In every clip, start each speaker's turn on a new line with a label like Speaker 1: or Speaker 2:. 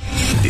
Speaker 1: The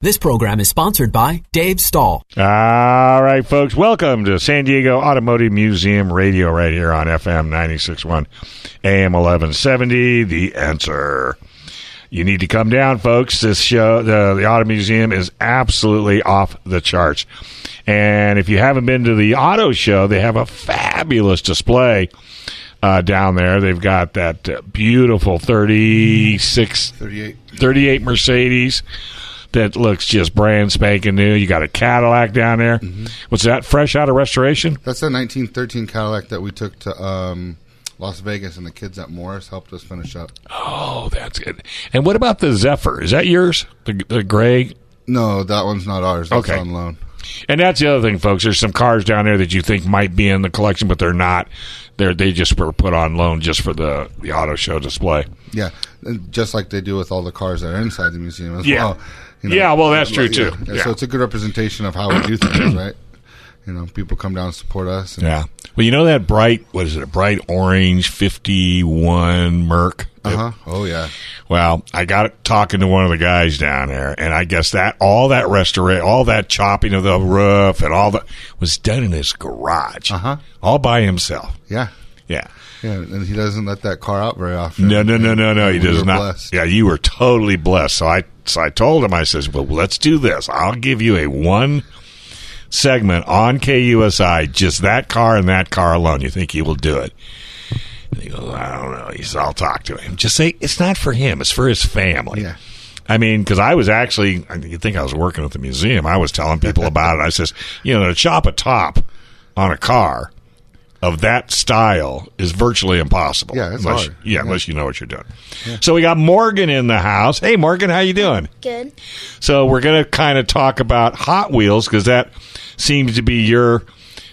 Speaker 2: This program is sponsored by Dave Stahl.
Speaker 3: All right, folks, welcome to San Diego Automotive Museum Radio right here on FM 961 AM 1170. The answer. You need to come down, folks. This show, the, the Auto Museum, is absolutely off the charts. And if you haven't been to the auto show, they have a fabulous display uh, down there. They've got that uh, beautiful 36,
Speaker 4: 38.
Speaker 3: 38 Mercedes that looks just brand spanking new. You got a Cadillac down there. What's that? Fresh out of restoration?
Speaker 4: That's that 1913 Cadillac that we took to um, Las Vegas, and the kids at Morris helped us finish up.
Speaker 3: Oh, that's good. And what about the Zephyr? Is that yours? The, the gray?
Speaker 4: No, that one's not ours. That's
Speaker 3: Okay.
Speaker 4: on loan.
Speaker 3: And that's the other thing, folks. There's some cars down there that you think might be in the collection, but they're not. They're they just were put on loan just for the the auto show display.
Speaker 4: Yeah, and just like they do with all the cars that are inside the museum as
Speaker 3: Yeah.
Speaker 4: well.
Speaker 3: Yeah, well, that's true,
Speaker 4: yeah.
Speaker 3: too.
Speaker 4: Yeah,
Speaker 3: Yeah.
Speaker 4: So it's a good representation of how we do things, right? You know, people come down and support us. And,
Speaker 3: Well, you know that bright what is it? A bright orange 51 Merc.
Speaker 4: Uh huh. Oh yeah.
Speaker 3: Well, I got talking to one of the guys down there, and I guess that all that restaurant, all that chopping of the roof, and all that was done in his garage,
Speaker 4: Uh-huh.
Speaker 3: all by himself.
Speaker 4: Yeah.
Speaker 3: Yeah.
Speaker 4: Yeah. And he doesn't let that car out very often.
Speaker 3: No, no, no, no, no. He
Speaker 4: We
Speaker 3: does
Speaker 4: were
Speaker 3: not.
Speaker 4: blessed.
Speaker 3: Yeah, you were totally blessed. So I, so I told him. I says, "Well, let's do this. I'll give you a one segment on KUSI, just that car and that car alone. You think he will do it?" And he goes, "I don't know." He says, "I'll talk to him. Just say it's not for him. It's for his family."
Speaker 4: Yeah.
Speaker 3: I mean, because I was actually, I- you think I was working at the museum. I was telling people about it. I says, you know, to chop a top on a car of that style is virtually impossible.
Speaker 4: Yeah, it's
Speaker 3: unless,
Speaker 4: hard.
Speaker 3: Yeah, unless you know what you're doing. So we got Morgan in the house. Hey, Morgan, how you doing?
Speaker 5: Good.
Speaker 3: So we're going to kind of talk about Hot Wheels because that seems to be your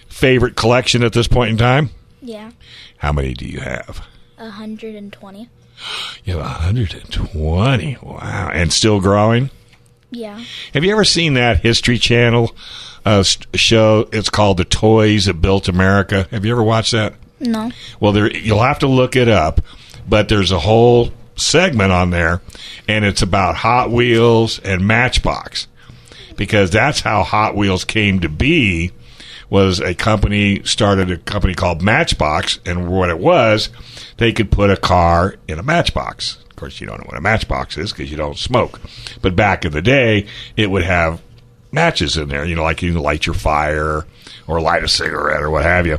Speaker 3: favorite collection at this point in time.
Speaker 5: Yeah.
Speaker 3: How many do you have?
Speaker 5: 120.
Speaker 3: You have 120. Wow, and still growing.
Speaker 5: Yeah.
Speaker 3: Have you ever seen that History Channel uh, st- show? It's called The Toys That Built America. Have you ever watched that?
Speaker 5: No.
Speaker 3: Well, there you'll have to look it up, but there's a whole segment on there, and it's about Hot Wheels and Matchbox because that's how Hot Wheels came to be. Was a company started a company called Matchbox, and what it was, they could put a car in a matchbox. Of course, you don't know what a matchbox is because you don't smoke. But back in the day, it would have matches in there. You know, like you can light your fire or light a cigarette or what have you.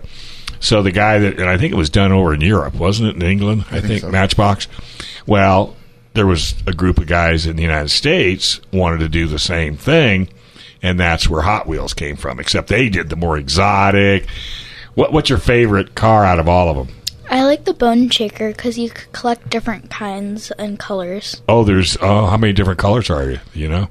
Speaker 3: So the guy that, and I think it was done over in Europe, wasn't it? In England, I, think, Matchbox. Well, there was a group of guys in the United States wanted to do the same thing, and that's where Hot Wheels came from. Except they did the more exotic. What, what's your favorite car out of all of them?
Speaker 5: I like the bone shaker because you could collect different kinds and colors.
Speaker 3: Oh, there's oh, how many different colors are you? You know,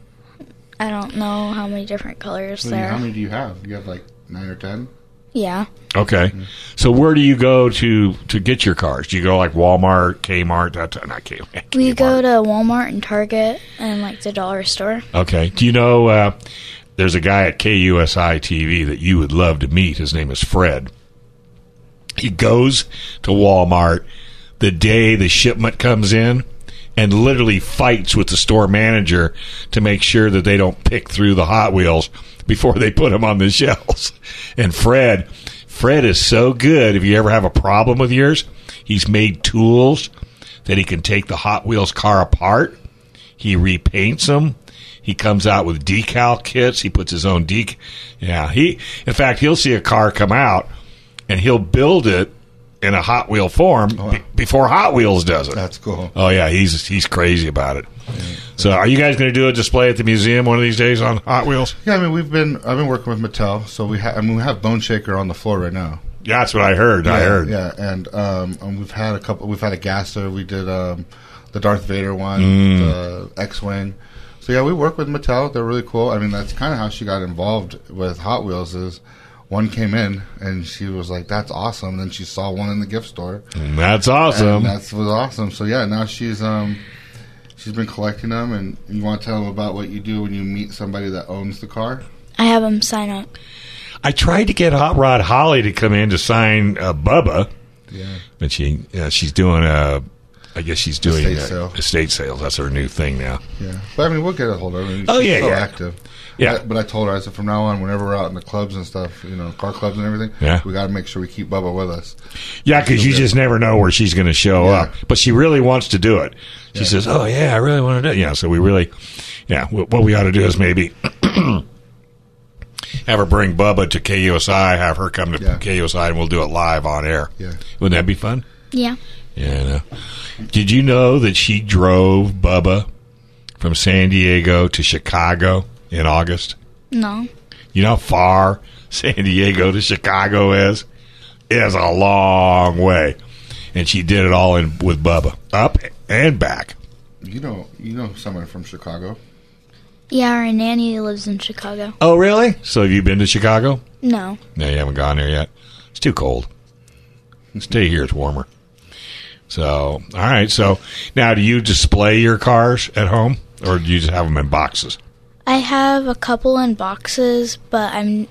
Speaker 5: I don't know how many different colors
Speaker 4: I mean,
Speaker 5: there.
Speaker 4: how many do you have? You have like nine or ten.
Speaker 5: Yeah.
Speaker 3: okay. So where do you go to to get your cars? Do you go like Walmart, Kmart, that t- not Kmart?
Speaker 5: We
Speaker 3: Kmart.
Speaker 5: go to Walmart and Target and like the dollar store.
Speaker 3: Okay. Do you know uh, there's a guy at KUSI TV that you would love to meet? His name is Fred. He goes to Walmart the day the shipment comes in and literally fights with the store manager to make sure that they don't pick through the Hot Wheels before they put them on the shelves. And Fred, Fred is so good. If you ever have a problem with yours, he's made tools that he can take the Hot Wheels car apart he repaints them. He comes out with decal kits. He puts his own dec. Yeah, he. In fact, he'll see a car come out, and he'll build it in a Hot Wheel form be- before Hot Wheels does it.
Speaker 4: That's cool.
Speaker 3: oh yeah, he's he's crazy about it. So, are you guys going to do a display at the museum one of these days on Hot Wheels?
Speaker 4: Yeah, I mean, we've been I've been working with Mattel, so we ha- I mean we have Bone Shaker on the floor right now.
Speaker 3: Yeah, that's what I heard. I
Speaker 4: yeah,
Speaker 3: heard.
Speaker 4: Yeah, and um, and we've had a
Speaker 3: Mm.
Speaker 4: couple. We've had a Gaster. We did um, the Darth Vader one, the X-wing. So yeah, we work with Mattel. They're really cool. I mean, that's kind of how she got involved with Hot Wheels. Is one came in and she was like, "That's awesome." Then she saw one in the gift store.
Speaker 3: And Mm, that's awesome.
Speaker 4: And uh, that's was awesome. So yeah, now she's um she's been collecting them. And you want to tell them about what you do when you meet somebody that owns the car?
Speaker 5: I have them sign up.
Speaker 3: I tried to get Hot Rod Holly to come in to sign uh, Bubba,
Speaker 4: Yeah.
Speaker 3: but she uh, she's doing a. I guess she's doing
Speaker 4: Estate
Speaker 3: uh,
Speaker 4: sale.
Speaker 3: estate sales. That's her new thing now.
Speaker 4: Yeah, but I mean, we'll get a hold of her. I mean,
Speaker 3: Oh,
Speaker 4: she's
Speaker 3: yeah,
Speaker 4: so
Speaker 3: yeah.
Speaker 4: active.
Speaker 3: Yeah.
Speaker 4: But, but I told her, I said, from now on, whenever we're out in the clubs and stuff, you know, car clubs and everything,
Speaker 3: Yeah.
Speaker 4: we got to make sure we keep Bubba with us.
Speaker 3: Yeah, because you
Speaker 4: good.
Speaker 3: just never know where she's going to show
Speaker 4: Yeah.
Speaker 3: up. But she really wants to do it. She says, "Oh yeah, I really want to do it." Yeah, so we really, yeah. wh- What we ought to do is maybe have her bring Bubba to KUSI, have her come to
Speaker 4: Yeah.
Speaker 3: KUSI, and we'll do it live on air.
Speaker 4: Yeah.
Speaker 3: wouldn't that be fun?
Speaker 5: Yeah.
Speaker 3: Yeah. I know. Did you know that she drove Bubba from San Diego to Chicago in August?
Speaker 5: No.
Speaker 3: You know how far San Diego to Chicago is? It is a long way. And she did it all in with Bubba, up and back.
Speaker 4: You know, you know someone from Chicago.
Speaker 5: Yeah, our nanny lives in Chicago.
Speaker 3: Oh, really? So have you been to Chicago?
Speaker 5: No.
Speaker 3: No, you haven't gone there yet. It's too cold. Stay here; it's warmer. So, all right. So now, do you display your cars at home, or do you just have them in boxes?
Speaker 5: I have a couple in boxes, but I'm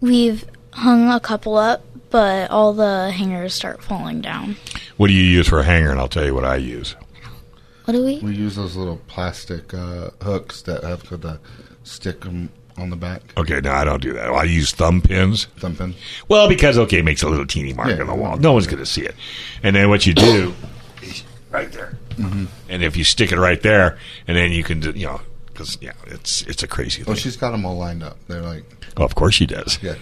Speaker 5: we've hung a couple up, but all the hangers start falling down.
Speaker 3: What do you use for a hanger? And I'll tell you what I use.
Speaker 5: What do we?
Speaker 4: We use those little plastic uh, hooks that have to the stick 'em on the back,
Speaker 3: Okay, no, I don't do that. I use thumb pins.
Speaker 4: thumping.
Speaker 3: Well, because okay, it makes a little teeny mark
Speaker 4: Yeah.
Speaker 3: on the wall. No one's going to see it. And then what you do is right there.
Speaker 4: Mm-hmm.
Speaker 3: And if you stick it right there, and then you can do, you know, because yeah, it's it's a crazy
Speaker 4: Oh,
Speaker 3: thing.
Speaker 4: she's got them all lined up. They're like,
Speaker 3: Oh, of course she does.
Speaker 4: yeah.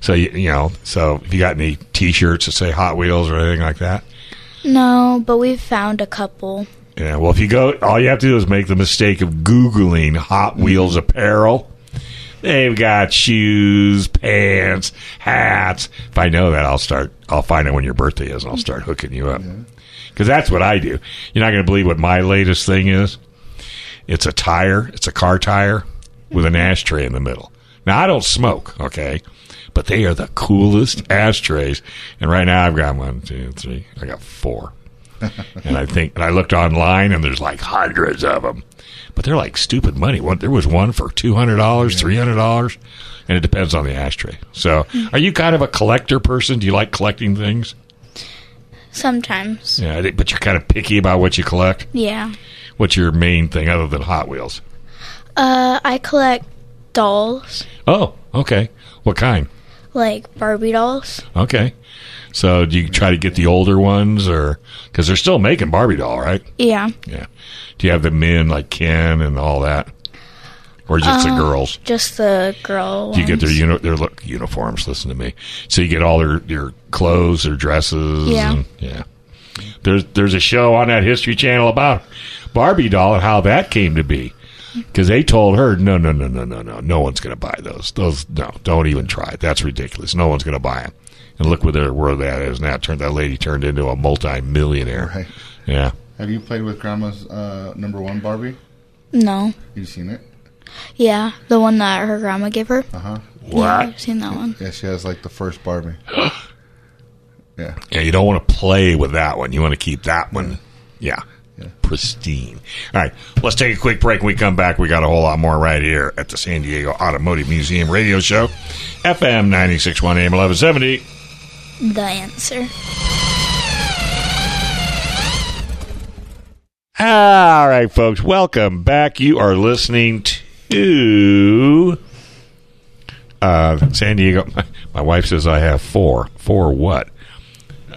Speaker 3: So you, you know, so if you got any T-shirts that say Hot Wheels or anything like that,
Speaker 5: No, but we've found a couple.
Speaker 3: yeah. Well, if you go, all you have to do is make the mistake of googling Hot Wheels apparel. They've got shoes, pants, hats. If I know that, I'll start. I'll find out when your birthday is, and I'll start hooking you up. Because that's what I do. You're not going to believe what my latest thing is. It's a tire. It's a car tire with an ashtray in the middle. Now I don't smoke, okay, but they are the coolest ashtrays. And right now I've got one, two, three. I got four. and I think, and I looked online, and there's like hundreds of them, but they're like stupid money. One, there was one for two hundred dollars, three hundred dollars, and it depends on the ashtray. So, are you kind of a collector person? Do you like collecting things?
Speaker 5: Sometimes.
Speaker 3: Yeah, I think- but you're kind of picky about what you collect.
Speaker 5: Yeah.
Speaker 3: What's your main thing other than Hot Wheels?
Speaker 5: Uh, I collect dolls,
Speaker 3: Oh, okay. What kind?
Speaker 5: like Barbie dolls.
Speaker 3: Okay. So do you try to get the older ones, or because they're still making Barbie doll, right?
Speaker 5: Yeah.
Speaker 3: Yeah. Do you have the men like Ken and all that, or just the girls?
Speaker 5: Just the girl.
Speaker 3: Do you get their
Speaker 5: ones.
Speaker 3: uni- their look uniforms? Listen to me. So you get all their their clothes, their dresses.
Speaker 5: Yeah.
Speaker 3: and- yeah. There's there's a show on that History Channel about Barbie doll and how that came to be. Because they told her, no, no, no, no, no, no, no one's going to buy those. Those, no, don't even try it. That's ridiculous. No one's going to buy them. And look where they're- where that is now. Turned that lady turned into a multi-millionaire.
Speaker 4: Right.
Speaker 3: Yeah.
Speaker 4: Have you played with Grandma's uh, number one Barbie?
Speaker 5: No.
Speaker 4: You've seen it?
Speaker 5: Yeah, the one that her grandma gave her. Uh huh. Yeah, I've seen that one.
Speaker 4: Yeah, she has like the first Barbie. yeah.
Speaker 3: Yeah, you don't want to play with that one. You want to keep that one, yeah, pristine. All right, let's take a quick break. When we come back, we got a whole lot more right here at the San Diego Automotive Museum Radio Show, FM 961 AM 1170.
Speaker 5: The answer.
Speaker 3: All right, folks, welcome back. You are listening to uh, San Diego. My wife says I have four. Four what?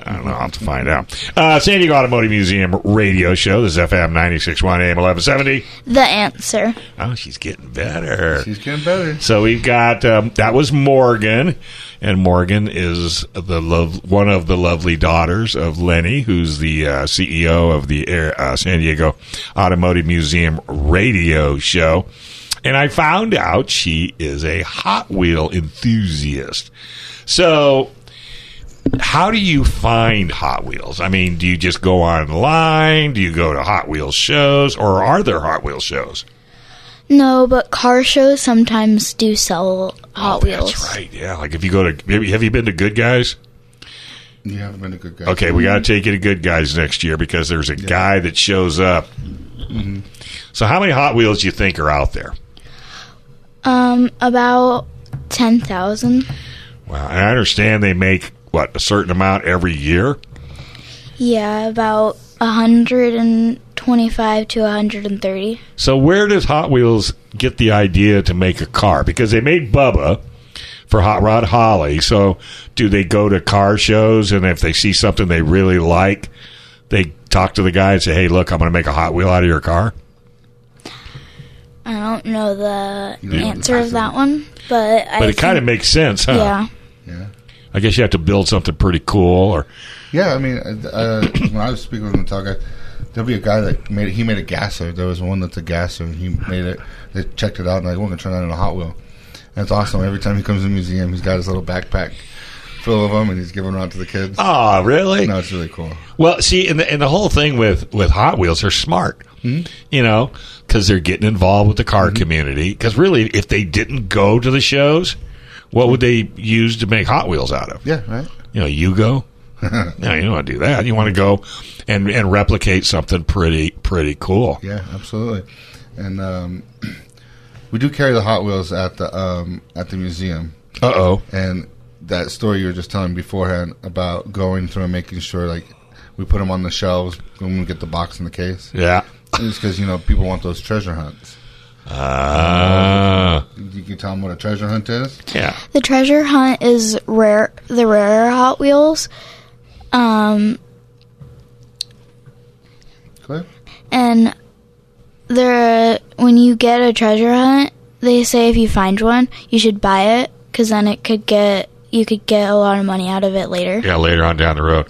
Speaker 3: I don't know. I'll have to find out. Uh, San Diego Automotive Museum radio show. This is FM 961 AM 1170.
Speaker 5: The answer.
Speaker 3: Oh, she's getting better.
Speaker 4: She's getting better.
Speaker 3: So we've got um, that was Morgan, and Morgan is the lov- one of the lovely daughters of Lenny, who's the uh, CEO of the Air, uh, San Diego Automotive Museum radio show. And I found out she is a Hot Wheel enthusiast. So how do you find Hot Wheels? I mean, do you just go online? Do you go to Hot Wheels shows, or are there Hot Wheels shows?
Speaker 5: No, but car shows sometimes do sell Hot Wheels.
Speaker 3: Oh, That's right. Yeah, like if you go to have you- have you been to Good Guys?
Speaker 4: You haven't been a good guy.
Speaker 3: Okay, we got to take you to Good Guys next year because there's a guy that shows up. So, how many Hot Wheels do you think are out there?
Speaker 5: Um, about ten thousand.
Speaker 3: Wow, and I understand they make what a certain amount every year.
Speaker 5: Yeah, about hundred and twenty-five to hundred and thirty.
Speaker 3: So where does Hot Wheels get the idea to make a car? Because they made Bubba for Hot Rod Holly. So do they go to car shows and if they see something they really like, they talk to the guy and say, "Hey, look, I'm going to make a Hot Wheel out of your car."
Speaker 5: I don't know the
Speaker 4: Yeah.
Speaker 5: answer of that one, but I
Speaker 3: But it kind of
Speaker 5: think-
Speaker 3: makes sense, huh?
Speaker 5: yeah.
Speaker 4: Yeah.
Speaker 3: I guess you have to build something pretty cool or
Speaker 4: Yeah, I mean, uh, when I was speaking with Metallica, there'll be a guy that made it. He made a gasser. There was one that's a gasser. and He made it. They checked it out, and like, we're gonna turn that into a Hot Wheel. And it's awesome. Every time he comes to the museum, he's got his little backpack full of them, and he's giving them out to the kids.
Speaker 3: Oh, really?
Speaker 4: No, it's really cool.
Speaker 3: Well, see, and the, and the whole thing with with Hot Wheels, they're smart,
Speaker 4: Hmm?
Speaker 3: you know, because they're getting involved with the car community. Because really, if they didn't go to the shows, what would they use to make Hot Wheels out of?
Speaker 4: Yeah, right.
Speaker 3: You know, you go. no, you don't want to do that. You want to go and and replicate something pretty pretty cool.
Speaker 4: Yeah, absolutely. And um, we do carry the Hot Wheels at the um, at the museum.
Speaker 3: Uh oh.
Speaker 4: and that story you were just telling beforehand about going through and making sure like we put them on the shelves when we get the box in the case
Speaker 3: Yeah.
Speaker 4: it's because you know people want those treasure hunts
Speaker 3: Uh,
Speaker 4: you can tell them what a treasure hunt is
Speaker 3: yeah.
Speaker 5: The treasure hunt is rare. The rarer Hot Wheels,
Speaker 4: Cliff?
Speaker 5: and there when you get a treasure hunt, they say if you find one, you should buy it because then it could get you could get a lot of money out of it later.
Speaker 3: Yeah, later on down the road.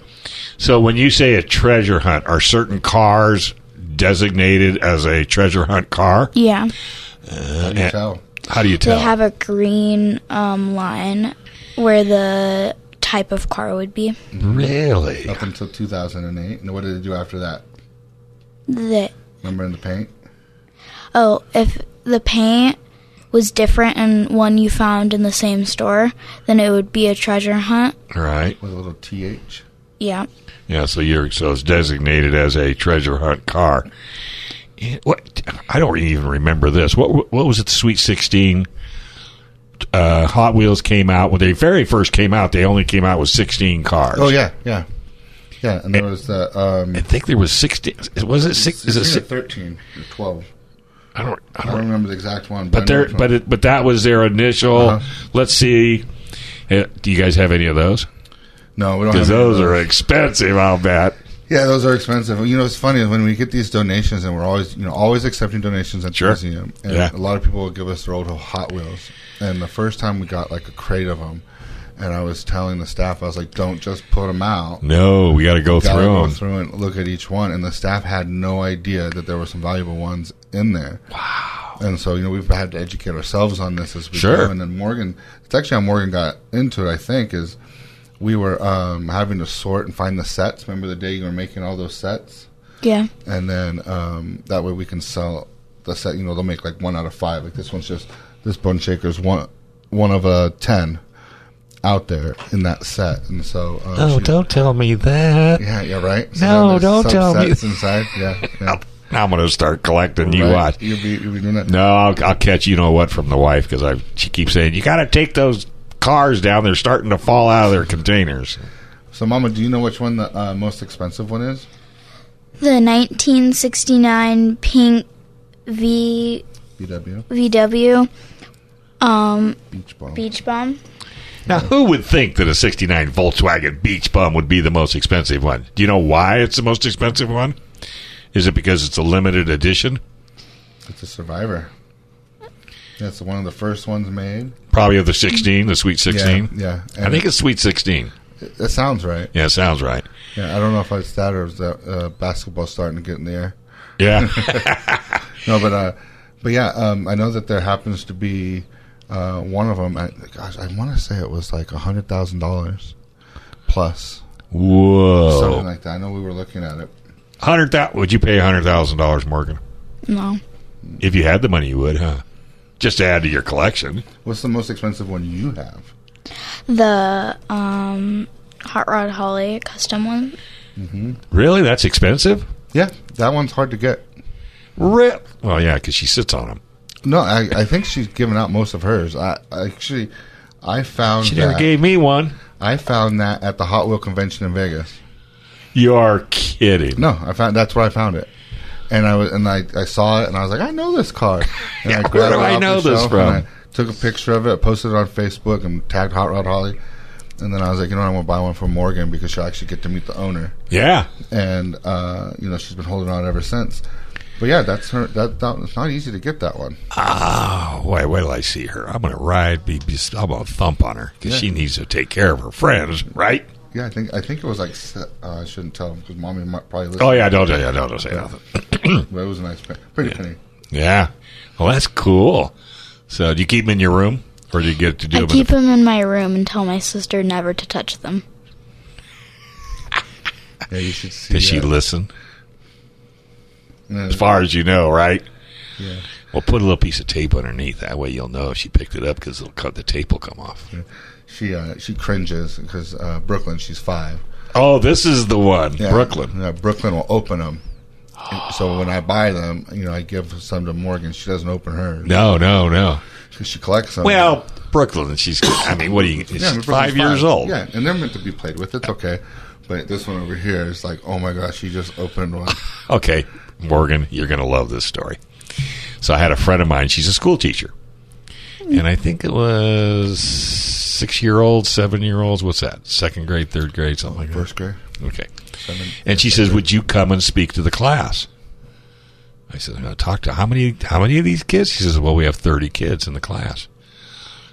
Speaker 3: So when you say a treasure hunt, are certain cars designated as a treasure hunt car?
Speaker 5: Yeah,
Speaker 4: How do you tell
Speaker 3: How do you
Speaker 5: they
Speaker 3: tell?
Speaker 5: have a green um, line where the type of car would be.
Speaker 3: really?
Speaker 4: up until 2008 and what did they do after that
Speaker 5: The
Speaker 4: remember in the paint
Speaker 5: oh, if the paint was different and one you found in the same store, then it would be a treasure hunt.
Speaker 3: Right.
Speaker 4: with a little th
Speaker 5: Yeah.
Speaker 3: Yeah. So you're so it's designated as a treasure hunt car. Yeah, What I don't even remember this. What what was it? The Sweet Sixteen. Uh, Hot Wheels came out when they very first came out. They only came out with sixteen cars.
Speaker 4: oh yeah yeah yeah and there was the um
Speaker 3: I think there was sixteen. Was it six? Is it?
Speaker 4: it's either
Speaker 3: Six,
Speaker 4: 13 or 12
Speaker 3: I don't. I
Speaker 4: i
Speaker 3: don't
Speaker 4: don't remember the exact one
Speaker 3: But
Speaker 4: I know
Speaker 3: there,
Speaker 4: which one.
Speaker 3: but it, but that was their initial.
Speaker 4: Uh-huh.
Speaker 3: Let's see. Uh, Do you guys have any of those?
Speaker 4: no we don't
Speaker 3: Because
Speaker 4: have any of
Speaker 3: those are expensive. I'll bet.
Speaker 4: Yeah, those are expensive. You know, it's funny when we get these donations, and we're always, you know, always accepting donations at
Speaker 3: Sure.
Speaker 4: the museum. And
Speaker 3: Yeah.
Speaker 4: a lot of people will give us their old Hot Wheels. And the first time we got like a crate of them, and I was telling the staff, I was like, "Don't just put them out.
Speaker 3: No, we got to go
Speaker 4: Gotta go
Speaker 3: through them.
Speaker 4: through and look at each one." And the staff had no idea that there were some valuable ones in there. Wow. And so, you know, we've had to educate ourselves on this as we
Speaker 3: Sure.
Speaker 4: go. And then Morgan, it's actually how Morgan got into it. I think is we were um, having to sort and find the sets. Remember the day you were making all those sets?
Speaker 5: Yeah.
Speaker 4: and then um, that way we can sell the set. You know, they'll make like one out of five. Like this one's just this bun shaker's one one of uh, ten out there in that set, and so um,
Speaker 6: Oh,
Speaker 4: she-
Speaker 3: Oh, tell me that.
Speaker 4: yeah, yeah, right. So
Speaker 3: No,
Speaker 4: now there's
Speaker 3: don't tell me.
Speaker 4: subsets inside, yeah, yeah.
Speaker 3: I'm going to start collecting. You
Speaker 4: Right.
Speaker 3: watch.
Speaker 4: You'll be, you'll be doing that.
Speaker 3: No, I'll, I'll catch you know what from the wife because I she keeps saying you got to take those cars down. They're starting to fall out of their containers.
Speaker 4: So, Mama, do you know which one the uh, most expensive one is?
Speaker 5: The 1969 pink V
Speaker 4: BW
Speaker 5: VW
Speaker 4: Beach Ball.
Speaker 5: beach bomb.
Speaker 3: Now, who would think that a '69 Volkswagen Beach Bum would be the most expensive one? Do you know why it's the most expensive one? Is it because it's a limited edition?
Speaker 4: It's a survivor. That's one of the first ones made.
Speaker 3: Probably of the 16, the Sweet 16.
Speaker 4: Yeah, yeah.
Speaker 3: I think it's Sweet 16.
Speaker 4: it, it sounds right.
Speaker 3: Yeah, sounds right.
Speaker 4: Yeah, I don't know if it's that or is that uh, basketball starting to get in the air.
Speaker 3: Yeah.
Speaker 4: No, but uh, but yeah, um, I know that there happens to be uh, one of them. I, gosh, I want to say it was like a hundred thousand dollars, plus, something
Speaker 3: Whoa.
Speaker 4: like that. I know we were looking at it.
Speaker 3: Hundred thousand. Would you pay hundred thousand dollars, Morgan?
Speaker 5: No.
Speaker 3: If you had the money, you would, huh? Just to add to your collection.
Speaker 4: What's the most expensive one you have?
Speaker 5: The um Hot Rod Holly custom one.
Speaker 3: Really? That's expensive.
Speaker 4: Yeah, that one's hard to get.
Speaker 3: Rip. Well, yeah, because she sits on them.
Speaker 4: No, I, I think she's given out most of hers. I I actually, I found
Speaker 3: She never
Speaker 4: that,
Speaker 3: gave me one.
Speaker 4: I found that at the Hot Wheel convention in Vegas.
Speaker 3: You are kidding.
Speaker 4: No, I found that's where I found it, and I was and I, I saw it and I was like, I know this car. And
Speaker 3: Yeah,
Speaker 4: I grabbed
Speaker 3: where do
Speaker 4: it
Speaker 3: I
Speaker 4: off
Speaker 3: know
Speaker 4: the
Speaker 3: this
Speaker 4: shelf
Speaker 3: from?
Speaker 4: and I took a picture of it, posted it on Facebook, and tagged Hot Rod Holly. And then I was like, you know, what, I'm gonna buy one for Morgan because she'll actually get to meet the owner.
Speaker 3: Yeah.
Speaker 4: And uh, you know, she's been holding on ever since. But yeah, that's her. That, that it's not easy to get that one.
Speaker 3: Oh, wait, wait till I see her. I'm going to ride. Be, be, I'm going to thump on her because
Speaker 4: Yeah.
Speaker 3: she needs to take care of her friends, right?
Speaker 4: Yeah, I think I think it was like se- uh, I shouldn't tell because mommy might probably listen.
Speaker 3: Oh, yeah. Don't, yeah, don't, don't say nothing.
Speaker 4: but it was a nice, pe- pretty penny.
Speaker 3: Yeah. Well, that's cool. So, do you keep them in your room or do you get to do
Speaker 5: I
Speaker 3: them?
Speaker 5: keep
Speaker 3: in
Speaker 5: them in my room and tell my sister never to touch them.
Speaker 4: Yeah, you should see. uh,
Speaker 3: the, does she
Speaker 4: that.
Speaker 3: listen?
Speaker 4: Yeah.
Speaker 3: As far as you know, right?
Speaker 4: Yeah.
Speaker 3: Well, put a little piece of tape underneath. That way you'll know if she picked it up because it'll cut, the tape will come off.
Speaker 4: She uh, she cringes because uh, Brooklyn, she's five.
Speaker 3: Oh, this is the one.
Speaker 4: Yeah,
Speaker 3: Brooklyn.
Speaker 4: Yeah, Brooklyn will open them. so when I buy them, you know, I give some to Morgan. She doesn't open hers
Speaker 3: No, no, no.
Speaker 4: 'cause she collects them.
Speaker 3: Well, Brooklyn, she's, I mean, what are you, she's
Speaker 4: Yeah, I mean, Brooklyn's
Speaker 3: five years old.
Speaker 4: Yeah, and they're meant to be played with. It's okay. But this one over here is like, oh my gosh, she just opened one.
Speaker 3: Okay, Morgan, you're going to love this story. So I had a friend of mine, she's a school teacher. And I think it was six year olds, seven year olds. What's that? Second grade, third grade, something like that.
Speaker 4: First grade.
Speaker 3: Okay. And she says, Would you come and speak to the class? I said, I'm going to talk to how many, how many of these kids? She says, Well, we have 30 kids in the class.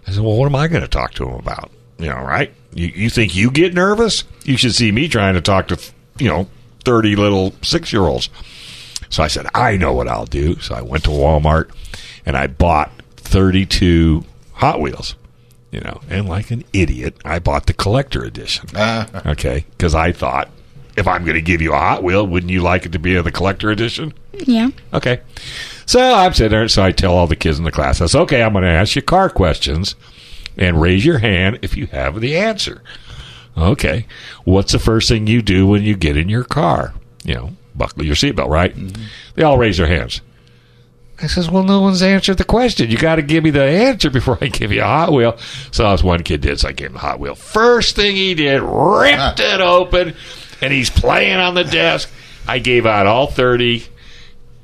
Speaker 3: I said, Well, what am I going to talk to them about? You know, right? You, you think you get nervous? You should see me trying to talk to, you know, 30 little six year olds. So I said, I know what I'll do. So I went to Walmart and I bought 32 Hot Wheels, you know, and like an idiot, I bought the collector edition. okay. Because I thought, if I'm going to give you a Hot Wheel, wouldn't you like it to be in the collector edition?
Speaker 5: Yeah.
Speaker 3: Okay. So I'm sitting there, so I tell all the kids in the class, I said, okay, I'm going to ask you car questions and raise your hand if you have the answer. Okay. What's the first thing you do when you get in your car? You know, buckle your seatbelt, right? They all raise their hands. I says, well, no one's answered the question. You got to give me the answer before I give you a Hot Wheel. So this one kid did, so I gave him the Hot Wheel. First thing he did, ripped it open, and he's playing on the desk. I gave out all 30.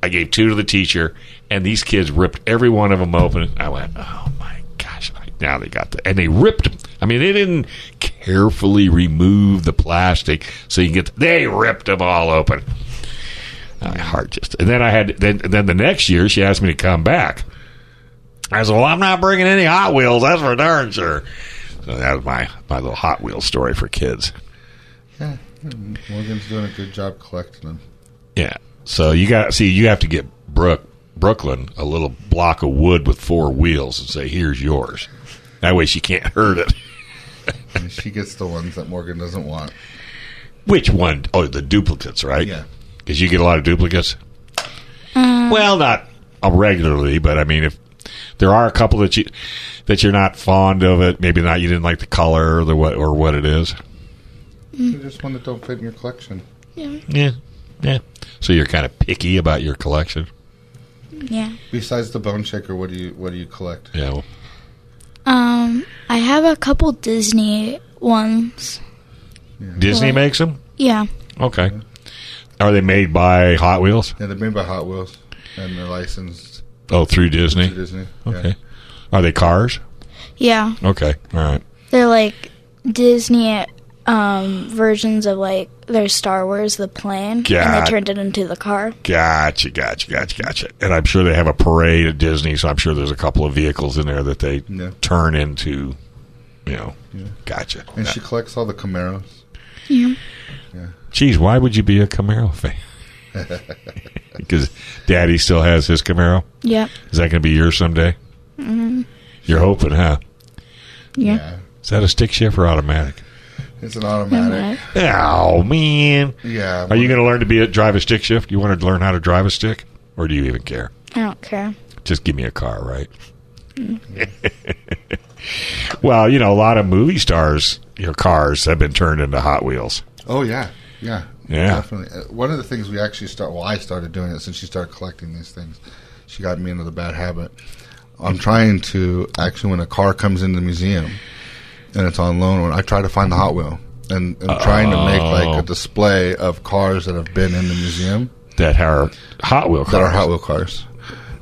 Speaker 3: I gave two to the teacher, and these kids ripped every one of them open. I went, oh my gosh! I- Now they got the and they ripped them. I mean, they didn't carefully remove the plastic so you can get. They ripped them all open. Uh, My heart just. And then I had then then the next year she asked me to come back. I said, well, I'm not bringing any Hot Wheels. That's for darn sure. So that was my my little Hot Wheels story for kids.
Speaker 4: Yeah. Morgan's doing a good job collecting them.
Speaker 3: Yeah. So you got see you have to get Brook Brooklyn a little block of wood with four wheels and say here's yours. That way she can't hurt it.
Speaker 4: And she gets the ones that Morgan doesn't want.
Speaker 3: Which one? Oh, the duplicates, right?
Speaker 4: Yeah.
Speaker 3: Because you get a lot of duplicates. well, not uh, regularly, but I mean, if there are a couple that you that you're not fond of it, maybe not you didn't like the color or the what or what it is.
Speaker 4: You just one that don't fit in your collection.
Speaker 3: Yeah, yeah. So you're kind of picky about your collection.
Speaker 5: Yeah.
Speaker 4: Besides the bone shaker, what do you what do you collect?
Speaker 3: Yeah. well,
Speaker 5: Um I have a couple Disney ones.
Speaker 3: Disney
Speaker 5: Well-
Speaker 3: makes them.
Speaker 5: Yeah.
Speaker 3: Okay. Are they made by Hot Wheels?
Speaker 4: Yeah, they're made by Hot Wheels and they're licensed
Speaker 3: Oh, through
Speaker 4: to
Speaker 3: Disney.
Speaker 4: Disney.
Speaker 3: Okay.
Speaker 4: Yeah.
Speaker 3: Are they cars?
Speaker 5: Yeah.
Speaker 3: Okay. All right.
Speaker 5: They're like Disney um versions of like their Star Wars the plane and
Speaker 3: God.
Speaker 5: they turned it into the car.
Speaker 3: Gotcha, gotcha, gotcha, gotcha. And I'm sure they have a parade at Disney, so I'm sure there's a couple of vehicles in there that they
Speaker 4: Yeah.
Speaker 3: turn into, you know. Gotcha.
Speaker 4: And she collects all the Camaros.
Speaker 3: Geez, why would you be a Camaro fan? Because Daddy still has his Camaro.
Speaker 5: Yep.
Speaker 3: Is that going to be yours someday? Mm-hmm. You're hoping, huh?
Speaker 5: Yeah.
Speaker 3: Is that a stick shift or automatic?
Speaker 4: It's an automatic.
Speaker 3: Oh man,
Speaker 4: Yeah.
Speaker 3: are you going to learn to be a, drive a stick shift? You want to learn how to drive a stick, or do you even care?
Speaker 5: I don't care.
Speaker 3: just give me a car, right? well, you know, a lot of movie stars, you know, cars have been turned into Hot Wheels.
Speaker 4: Oh yeah, yeah,
Speaker 3: Yeah.
Speaker 4: Definitely. Uh, One of the things we actually start. Well, I started doing it since she started collecting these things. She got me into the bad habit. I'm trying to actually when a car comes into the museum and it's on loan, I try to find the Hot Wheel and, and trying to make like
Speaker 3: Oh.
Speaker 4: a display of cars that have been in the museum
Speaker 3: That are Hot Wheel cars.
Speaker 4: that are Hot Wheel cars.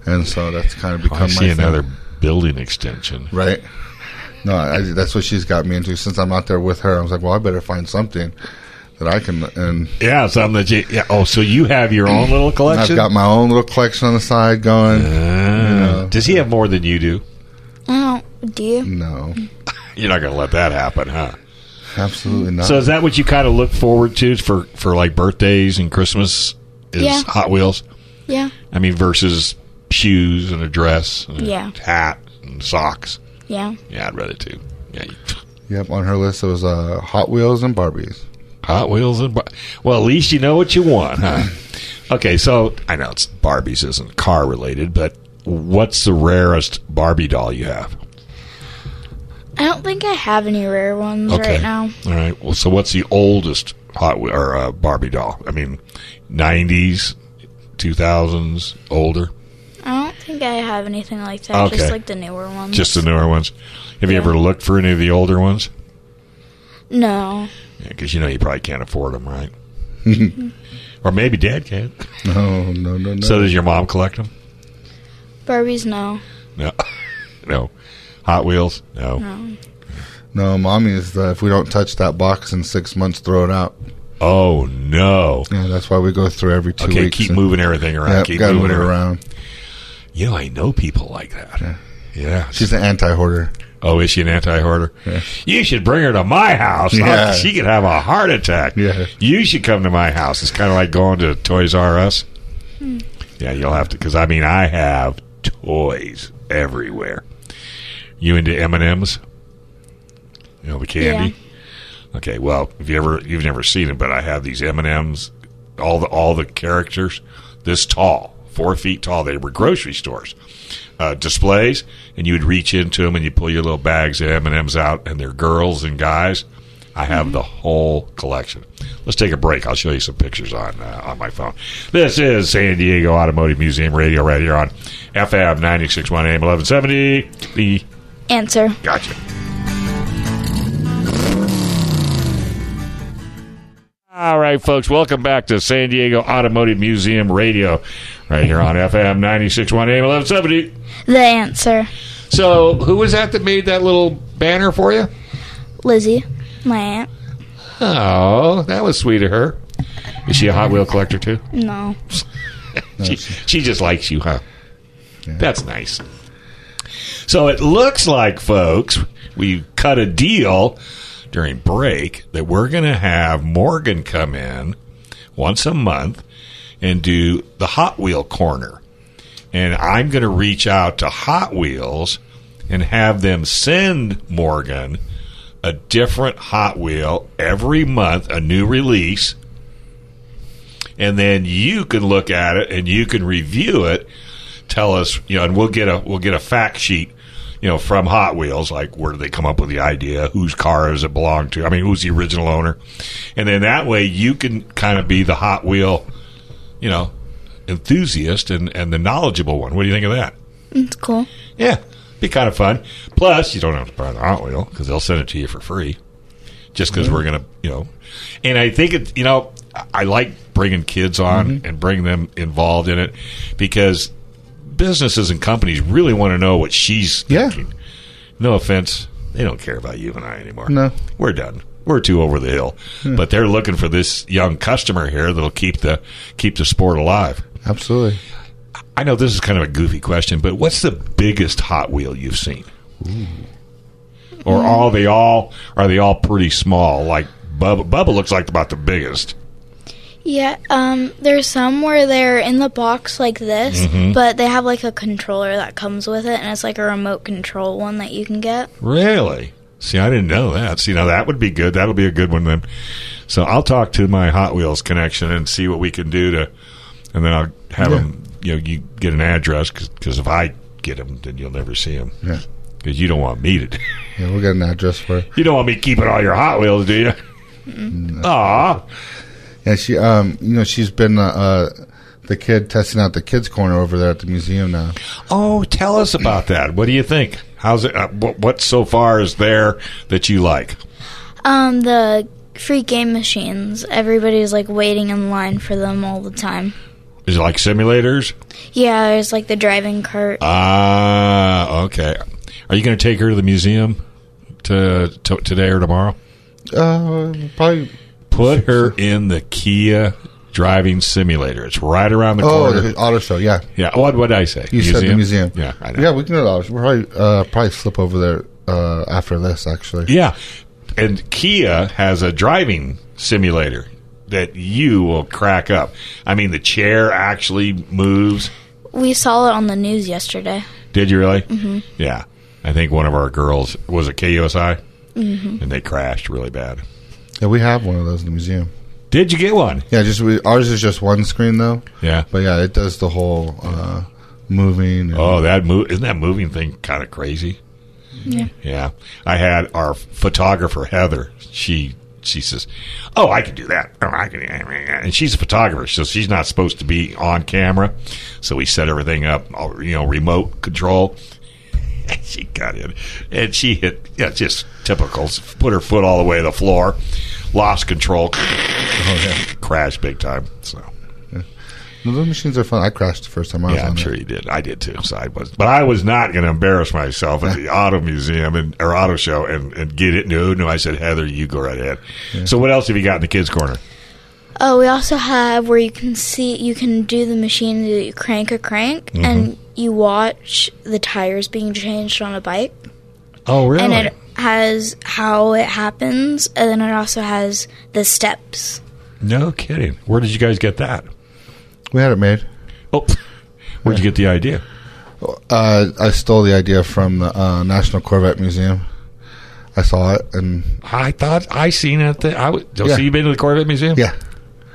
Speaker 4: And so that's kind of
Speaker 3: Oh,
Speaker 4: become.
Speaker 3: I see
Speaker 4: my thing.
Speaker 3: another building extension.
Speaker 4: Right. No, I, that's what she's got me into. Since I'm out there with her, I was like, well, I better find something that I can. And
Speaker 3: Yeah, something that you. Yeah, oh, so you have your own little
Speaker 4: I've
Speaker 3: collection.
Speaker 4: got my own little collection on the side going.
Speaker 3: Uh, Does he have more than you do?
Speaker 5: I don't. Do
Speaker 3: Mm.
Speaker 5: you?
Speaker 4: No,
Speaker 3: You're not going to let that happen, huh?
Speaker 4: absolutely not.
Speaker 3: So is that what you kind of look forward to for for like birthdays and Christmas? Is
Speaker 5: Yeah.
Speaker 3: Hot Wheels?
Speaker 5: Yeah.
Speaker 3: I mean, versus shoes and a dress, and a
Speaker 5: Yeah.
Speaker 3: hat and socks.
Speaker 5: Yeah.
Speaker 3: Yeah, I'd rather too. Yeah, you,
Speaker 4: yep, on her list it was uh, Hot Wheels and Barbies.
Speaker 3: Hot Wheels and Bar- well, at least you know what you want, huh? okay, so I know it's Barbies isn't car related, but what's the rarest Barbie doll you have?
Speaker 5: I don't think I have any rare ones right now.
Speaker 3: all right. Well, so what's the oldest Hot Whe- or uh, Barbie doll? I mean, nineties, two thousands, older,
Speaker 5: I don't think I have anything like that.
Speaker 3: Okay.
Speaker 5: Just like the newer ones.
Speaker 3: just the newer ones. Have you ever looked for any of the older ones?
Speaker 5: no.
Speaker 3: Because you know you probably can't afford them, right? or maybe Dad can.
Speaker 4: No, no, no, no.
Speaker 3: So does your mom collect them?
Speaker 5: Barbies, no.
Speaker 3: No. no. Hot Wheels? No.
Speaker 4: no, mommy is the, if we don't touch that box in six months, throw it out.
Speaker 3: Oh, no.
Speaker 4: Yeah, that's why we go through every two
Speaker 3: okay,
Speaker 4: weeks.
Speaker 3: keep
Speaker 4: and-
Speaker 3: moving everything around.
Speaker 4: Yeah,
Speaker 3: keep
Speaker 4: gotta
Speaker 3: moving
Speaker 4: move it
Speaker 3: everything-
Speaker 4: around.
Speaker 3: You know, I know people like that. Yeah.
Speaker 4: She's an anti-hoarder.
Speaker 3: oh, is she an anti hoarder? You should bring her to my house.
Speaker 4: Yeah.
Speaker 3: Oh, she could have a heart attack.
Speaker 4: Yeah.
Speaker 3: You should come to my house. It's kind of like going to Toys R Us. Yeah, you'll have to, because I mean, I have toys everywhere. You into M and M's? You know the candy. Okay, well, if you ever you've never seen it, but I have these M and M's, all the all the characters this tall, four feet tall. They were grocery stores uh, displays, and you would reach into them and you pull your little bags of M and M's out, and they're girls and guys. I have the whole collection. Let's take a break. I'll show you some pictures on uh, on my phone. This is San Diego Automotive Museum Radio right here on FM 961 AM 1170. The
Speaker 5: Answer.
Speaker 3: Gotcha. All right, folks, welcome back to San Diego Automotive Museum Radio right here on FM 961 AM 1170.
Speaker 5: The answer.
Speaker 3: So, who was that that made that little banner for you?
Speaker 5: Lizzie, my aunt.
Speaker 3: Oh, that was sweet of her. Is she a Hot Wheel collector too?
Speaker 5: No.
Speaker 3: she, she just likes you, huh? That's nice. So it looks like, folks, we cut a deal during break that we're going to have Morgan come in once a month and do the Hot Wheel Corner. And I'm going to reach out to Hot Wheels and have them send Morgan a different Hot Wheel every month, a new release and then you can look at it and you can review it. Tell us, you know, and we'll get a we'll get a fact sheet, you know, from Hot Wheels, like where did they come up with the idea, whose car does it belong to? I mean, who's the original owner? And then that way you can kind of be the Hot Wheel, you know, enthusiast and and the knowledgeable one. What do you think of that?
Speaker 5: It's cool.
Speaker 3: Yeah, be kind of fun. Plus, you don't have to buy the Hot Wheel because they'll send it to you for free, just because we're gonna, you know. And I think it, you know, I- I like bringing kids on
Speaker 4: Mm-hmm.
Speaker 3: and bring them involved in it because businesses and companies really want to know what she's
Speaker 4: Yeah.
Speaker 3: thinking. No offense, they don't care about you and I anymore.
Speaker 4: No. Hmm.
Speaker 3: we're done. We're too over the hill. But they're looking for this young customer here that'll keep the keep the sport alive.
Speaker 4: Absolutely.
Speaker 3: I know this is kind of a goofy question, but what's the biggest Hot Wheel you've seen? Or are they all are they all pretty small? Like Bubba, Bubba looks like about the biggest.
Speaker 5: Yeah, um, there's some where they're in the box like this, but they have like a controller that comes with it, and it's like a remote control one that you can get.
Speaker 3: Really? See, I didn't know that. See, now that would be good. That'll be a good one then. So I'll talk to my Hot Wheels connection and see what we can do to, and then I'll have
Speaker 4: Yeah.
Speaker 3: them. You know, you get an address because if I get them, then you'll never see them.
Speaker 4: Yeah.
Speaker 3: Because you don't want me to.
Speaker 4: Yeah, we'll get an address for her.
Speaker 3: You don't want me keeping all your Hot Wheels, do you? Aw.
Speaker 4: Yeah, she um, you know, she's been uh, uh the kid testing out the kids corner over there at the museum now.
Speaker 3: Oh, tell us about that. What do you think? How's it? Uh, what, what so far is there that you like?
Speaker 5: Um, the free game machines. Everybody's like waiting in line for them all the time.
Speaker 3: Is it like simulators?
Speaker 5: Yeah, there's like the driving cart.
Speaker 3: Ah, okay. Are you going to take her to the museum to, to today or tomorrow?
Speaker 4: Uh probably
Speaker 3: Put her in the Kia driving simulator. It's right around the
Speaker 4: Oh,
Speaker 3: corner.
Speaker 4: the auto show, yeah.
Speaker 3: yeah. What would I say?
Speaker 4: You said the museum.
Speaker 3: Yeah. I know.
Speaker 4: Yeah, we can go to the auto show. We'll probably uh probably slip over there uh after this actually.
Speaker 3: Yeah. And Kia has a driving simulator that you will crack up. I mean, the chair actually moves.
Speaker 5: We saw it on the news yesterday.
Speaker 3: Did you really? Mm-hmm. Yeah. I think one of our girls was a KUSI, and they crashed really bad.
Speaker 4: Yeah, we have one of those in the museum.
Speaker 3: Did you get one?
Speaker 4: Yeah, just we, ours is just one screen though.
Speaker 3: Yeah.
Speaker 4: But yeah, it does the whole uh moving and
Speaker 3: Oh, that move isn't that moving thing kind of crazy? Yeah. Yeah. I had our photographer Heather. She she says, "Oh, I can do that. Oh, I can." And she's a photographer, so she's not supposed to be on camera. So we set everything up, all, you know, remote control. And she got in, and she hit. Yeah, just typical. Put her foot all the way to the floor, lost control, crashed big time. So.
Speaker 4: No, those machines are fun. I crashed the first time I was
Speaker 3: Yeah,
Speaker 4: on
Speaker 3: I'm
Speaker 4: there.
Speaker 3: sure you did. I did too. So I was, but I was not going to embarrass myself at the auto museum and or auto show and, and get it. No, no. I said, Heather, you go right ahead. So what else have you got in the kids' corner?
Speaker 5: Oh, we also have where you can see you can do the machine that you crank a crank and you watch the tires being changed on a bike.
Speaker 3: Oh, really?
Speaker 5: And it has how it happens and then it also has the steps.
Speaker 3: no kidding. Where did you guys get that?
Speaker 4: We had it made.
Speaker 3: Oh, where'd you get the idea?
Speaker 4: Uh, I stole the idea from the uh, National Corvette Museum. I saw it, and
Speaker 3: I thought I seen it. That I was,
Speaker 4: Yeah.
Speaker 3: so you been to the Corvette Museum?
Speaker 4: yeah,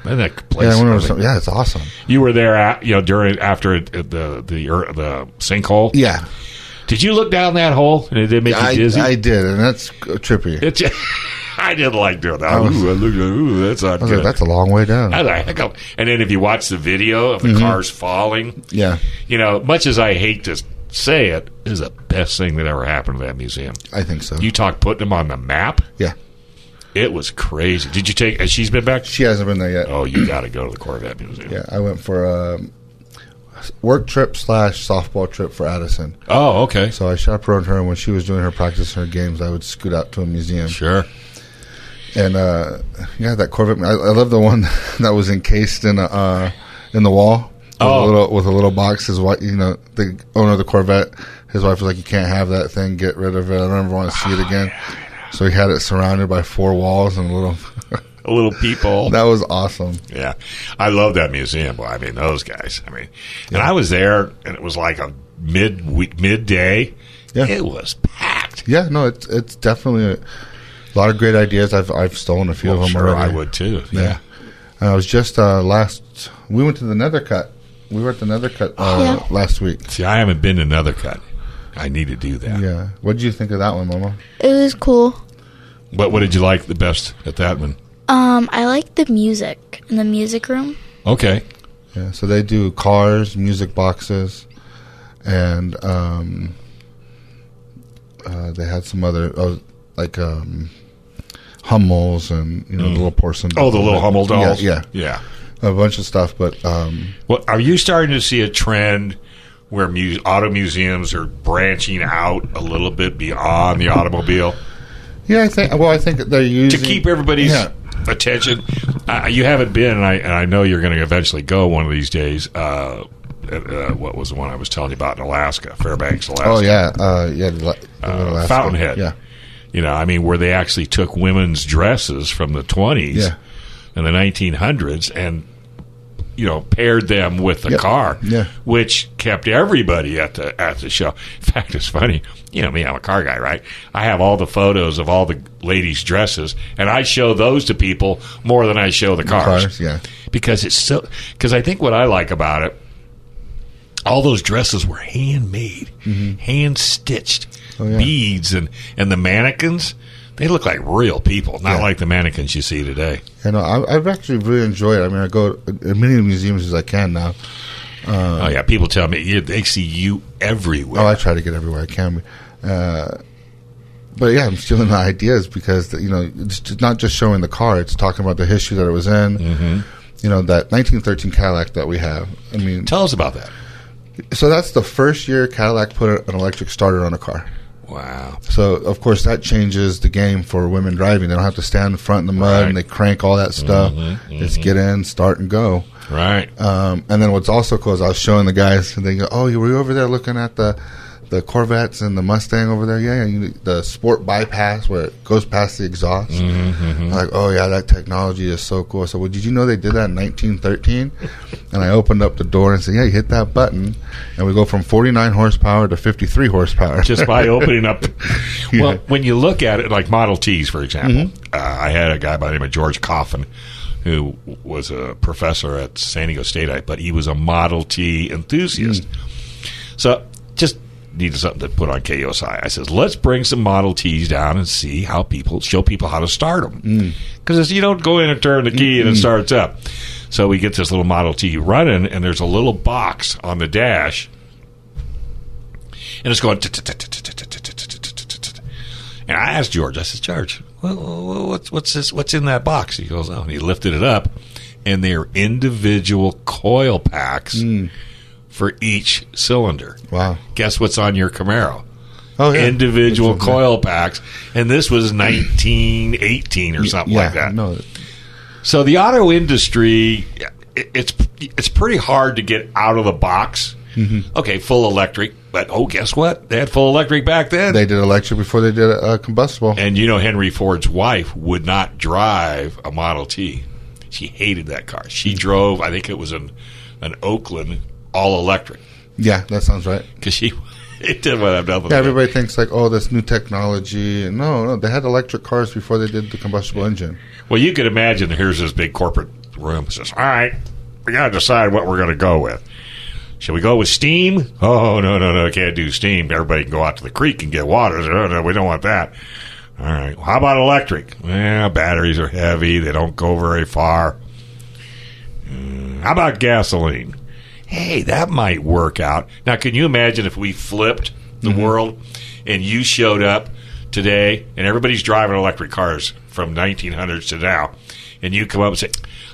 Speaker 3: Isn't that place.
Speaker 4: yeah, I went over
Speaker 3: amazing?
Speaker 4: some- yeah, it's awesome.
Speaker 3: You were there at you know during after it- at the the ear- the sinkhole.
Speaker 4: Yeah,
Speaker 3: Did you look down that hole and it did make
Speaker 4: I,
Speaker 3: you dizzy?
Speaker 4: I did, and that's trippy.
Speaker 3: It's I didn't like doing that.
Speaker 4: was-
Speaker 3: ooh, I looked at, ooh, that's not
Speaker 4: I was
Speaker 3: good.
Speaker 4: like, that's a long way down.
Speaker 3: I was like, heck, I'm- and then if you watch the video of the
Speaker 4: Mm-hmm.
Speaker 3: cars falling,
Speaker 4: yeah,
Speaker 3: you know, much as I hate to say it, it is the best thing that ever happened to that museum.
Speaker 4: I think so.
Speaker 3: You talk putting them on the map,
Speaker 4: yeah,
Speaker 3: it was crazy. Did you take? And she's been back.
Speaker 4: she hasn't been there yet.
Speaker 3: Oh, you got to go to the Corvette Museum.
Speaker 4: Yeah, I went for a work trip slash softball trip for Addison.
Speaker 3: Oh, okay.
Speaker 4: So I chaperoned her, and when she was doing her practice and her games, I would scoot out to a museum.
Speaker 3: Sure.
Speaker 4: And uh, yeah, that Corvette. I, I love the one that was encased in a uh, in the wall with
Speaker 3: Oh.
Speaker 4: a little with a little box. His wife, you know, the owner of the Corvette, his wife was like, "You can't have that thing. Get rid of it. I don't ever want to see it
Speaker 3: Ah,
Speaker 4: again." so he had it surrounded by four walls and a little.
Speaker 3: A little peephole.
Speaker 4: that was awesome.
Speaker 3: Yeah, I love that museum. Well, I mean, those guys. I mean, and I was there, and it was like a mid midday.
Speaker 4: Yeah.
Speaker 3: It was packed.
Speaker 4: Yeah, no, it's it's definitely a, lot of great ideas. I've I've stolen a few
Speaker 3: Well,
Speaker 4: of them
Speaker 3: sure,
Speaker 4: already.
Speaker 3: I would too.
Speaker 4: Yeah. And I was just uh, last. We went to the Nethercut. We were at the Nethercut uh, last week.
Speaker 3: See, I haven't been to another cut. I need to do that.
Speaker 4: Yeah. What did you think of that one, Mama?
Speaker 5: It was cool.
Speaker 3: What What did you like the best at that one?
Speaker 5: Um, I like the music in the music room.
Speaker 3: Okay.
Speaker 4: Yeah, so they do cars, music boxes, and um, uh, they had some other oh, like um, Hummels and you know the little porcelain.
Speaker 3: Oh, the little Hummel dolls.
Speaker 4: Yeah, yeah,
Speaker 3: yeah.
Speaker 4: a bunch of stuff. But um,
Speaker 3: Well, are you starting to see a trend where mu- auto museums are branching out a little bit beyond the automobile?
Speaker 4: yeah, I think well, I think that they're
Speaker 3: to
Speaker 4: using
Speaker 3: keep everybody's
Speaker 4: Yeah,
Speaker 3: attention. Uh, you haven't been, and I, and I know you're going to eventually go one of these days. Uh, at, uh, what was the one I was telling you about in Alaska, Fairbanks, Alaska?
Speaker 4: oh yeah, uh, yeah, the, la- the
Speaker 3: Uh,
Speaker 4: Alaska.
Speaker 3: Fountainhead.
Speaker 4: Yeah,
Speaker 3: You know, I mean, where they actually took women's dresses from the 20s
Speaker 4: Yeah.
Speaker 3: and the 1900s and you know paired them with the
Speaker 4: Yep.
Speaker 3: car,
Speaker 4: Yeah.
Speaker 3: which kept everybody at the at the show. In fact, it's funny. You know me, I'm a car guy, right? I have all the photos of all the ladies' dresses, and I show those to people more than I show the cars,
Speaker 4: Cars, yeah.
Speaker 3: because it's so. Because I think what I like about it, all those dresses were handmade, hand stitched
Speaker 4: Mm-hmm. Oh, yeah.
Speaker 3: beads, and and the mannequins. They look like real people, not
Speaker 4: Yeah.
Speaker 3: like the mannequins you see today.
Speaker 4: You know, I, I've actually really enjoyed it. I mean, I go to as many museums as I can now.
Speaker 3: Oh yeah, people tell me yeah, they see you everywhere.
Speaker 4: Uh-huh. Oh, I try to get everywhere I can. Uh, but yeah, I'm stealing the ideas because you know it's just not just showing the car; it's talking about the history that it was in.
Speaker 3: Mm-hmm.
Speaker 4: You know that 1913 Cadillac that we have. I mean,
Speaker 3: Tell us about that.
Speaker 4: so that's the first year Cadillac put an electric starter on a car.
Speaker 3: Wow.
Speaker 4: So of course that changes the game for women driving. They don't have to stand in front in the mud and they crank all that stuff.
Speaker 3: Mm-hmm.
Speaker 4: It's get in, start, and go.
Speaker 3: Right.
Speaker 4: Um, and then what's also cool is I was showing the guys, and they go, "Oh, you were you over there looking at the the Corvettes and the Mustang over there? Yeah, you, the sport bypass where it goes past the exhaust.
Speaker 3: Mm-hmm,
Speaker 4: I'm Like, oh yeah, that technology is so cool. So, well, did you know they did that in 1913? and I opened up the door and said, "Yeah, you hit that button, and we go from 49 horsepower to 53 horsepower."
Speaker 3: Just by opening up.
Speaker 4: Yeah.
Speaker 3: Well, when you look at it, like Model Ts, for example, uh, I had a guy by the name of George Coffin who was a professor at San Diego State, but he was a Model T enthusiast. So just needed something to put on KOSI. I says, let's bring some Model Ts down and see how people show people how to start them. Because you don't go in and turn the key and it starts up. So we get this little Model T running, and there's a little box on the dash, and it's going. And I asked George, I says, George, wha- wha- what's what's this? What's in that box? He goes, oh, and he lifted it up, and they are individual coil packs for each cylinder.
Speaker 4: Wow.
Speaker 3: Guess what's on your Camaro?
Speaker 4: Oh, yeah.
Speaker 3: Individual
Speaker 4: Which one?
Speaker 3: coil packs. And this was 1918 or something
Speaker 4: yeah,
Speaker 3: like that.
Speaker 4: No,
Speaker 3: So the auto industry, it, it's it's pretty hard to get out of the box. Okay, full electric, but oh, guess what? They had full electric back then.
Speaker 4: they did electric before they did uh, combustible.
Speaker 3: and you know, Henry Ford's wife would not drive a Model T. She hated that car. She drove, I think it was an an Oakland all electric
Speaker 4: yeah, that sounds right.
Speaker 3: because she it didn't want to have nothing.
Speaker 4: Yeah,
Speaker 3: to do.
Speaker 4: everybody thinks like, oh, this new technology. No, no, they had electric cars before they did the combustible engine.
Speaker 3: Well, you could imagine here's this big corporate room. It says, all right, we got to decide what we're going to go with. Should we go with steam? Oh, no, no, no, can't do steam. Everybody can go out to the creek and get water. No, no, we don't want that. All right, how about electric? Well, batteries are heavy, they don't go very far. Mm, How about gasoline? Hey, that might work out. Now, can you imagine if we flipped the
Speaker 4: Mm-hmm.
Speaker 3: world and you showed up today and everybody's driving electric cars from 1900s to now, and you come up and say,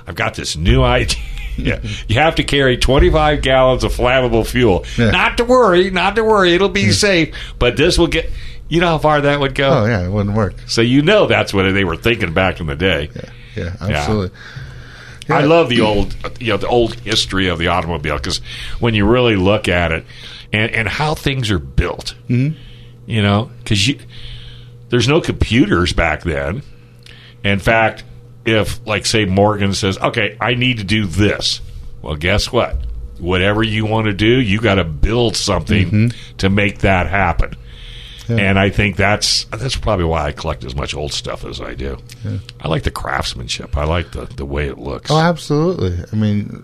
Speaker 3: I've got this new idea. you have to carry 25 gallons of flammable fuel.
Speaker 4: Yeah.
Speaker 3: Not to worry, not to worry. It'll be safe, but this will get. You know how far that would go?
Speaker 4: Oh yeah, it wouldn't work.
Speaker 3: So you know that's what they were thinking back in the day.
Speaker 4: Yeah, absolutely.
Speaker 3: I love the old, you know, the old history of the automobile because when you really look at it and and how things are built, you know, because you there's no computers back then. In fact, if like say Morgan says, "Okay, I need to do this," well, guess what? Whatever you want to do, you got to build something to make that happen. And I think that's that's probably why I collect as much old stuff as I do. I like the craftsmanship. I like the, the way it looks.
Speaker 4: Oh, absolutely. I mean,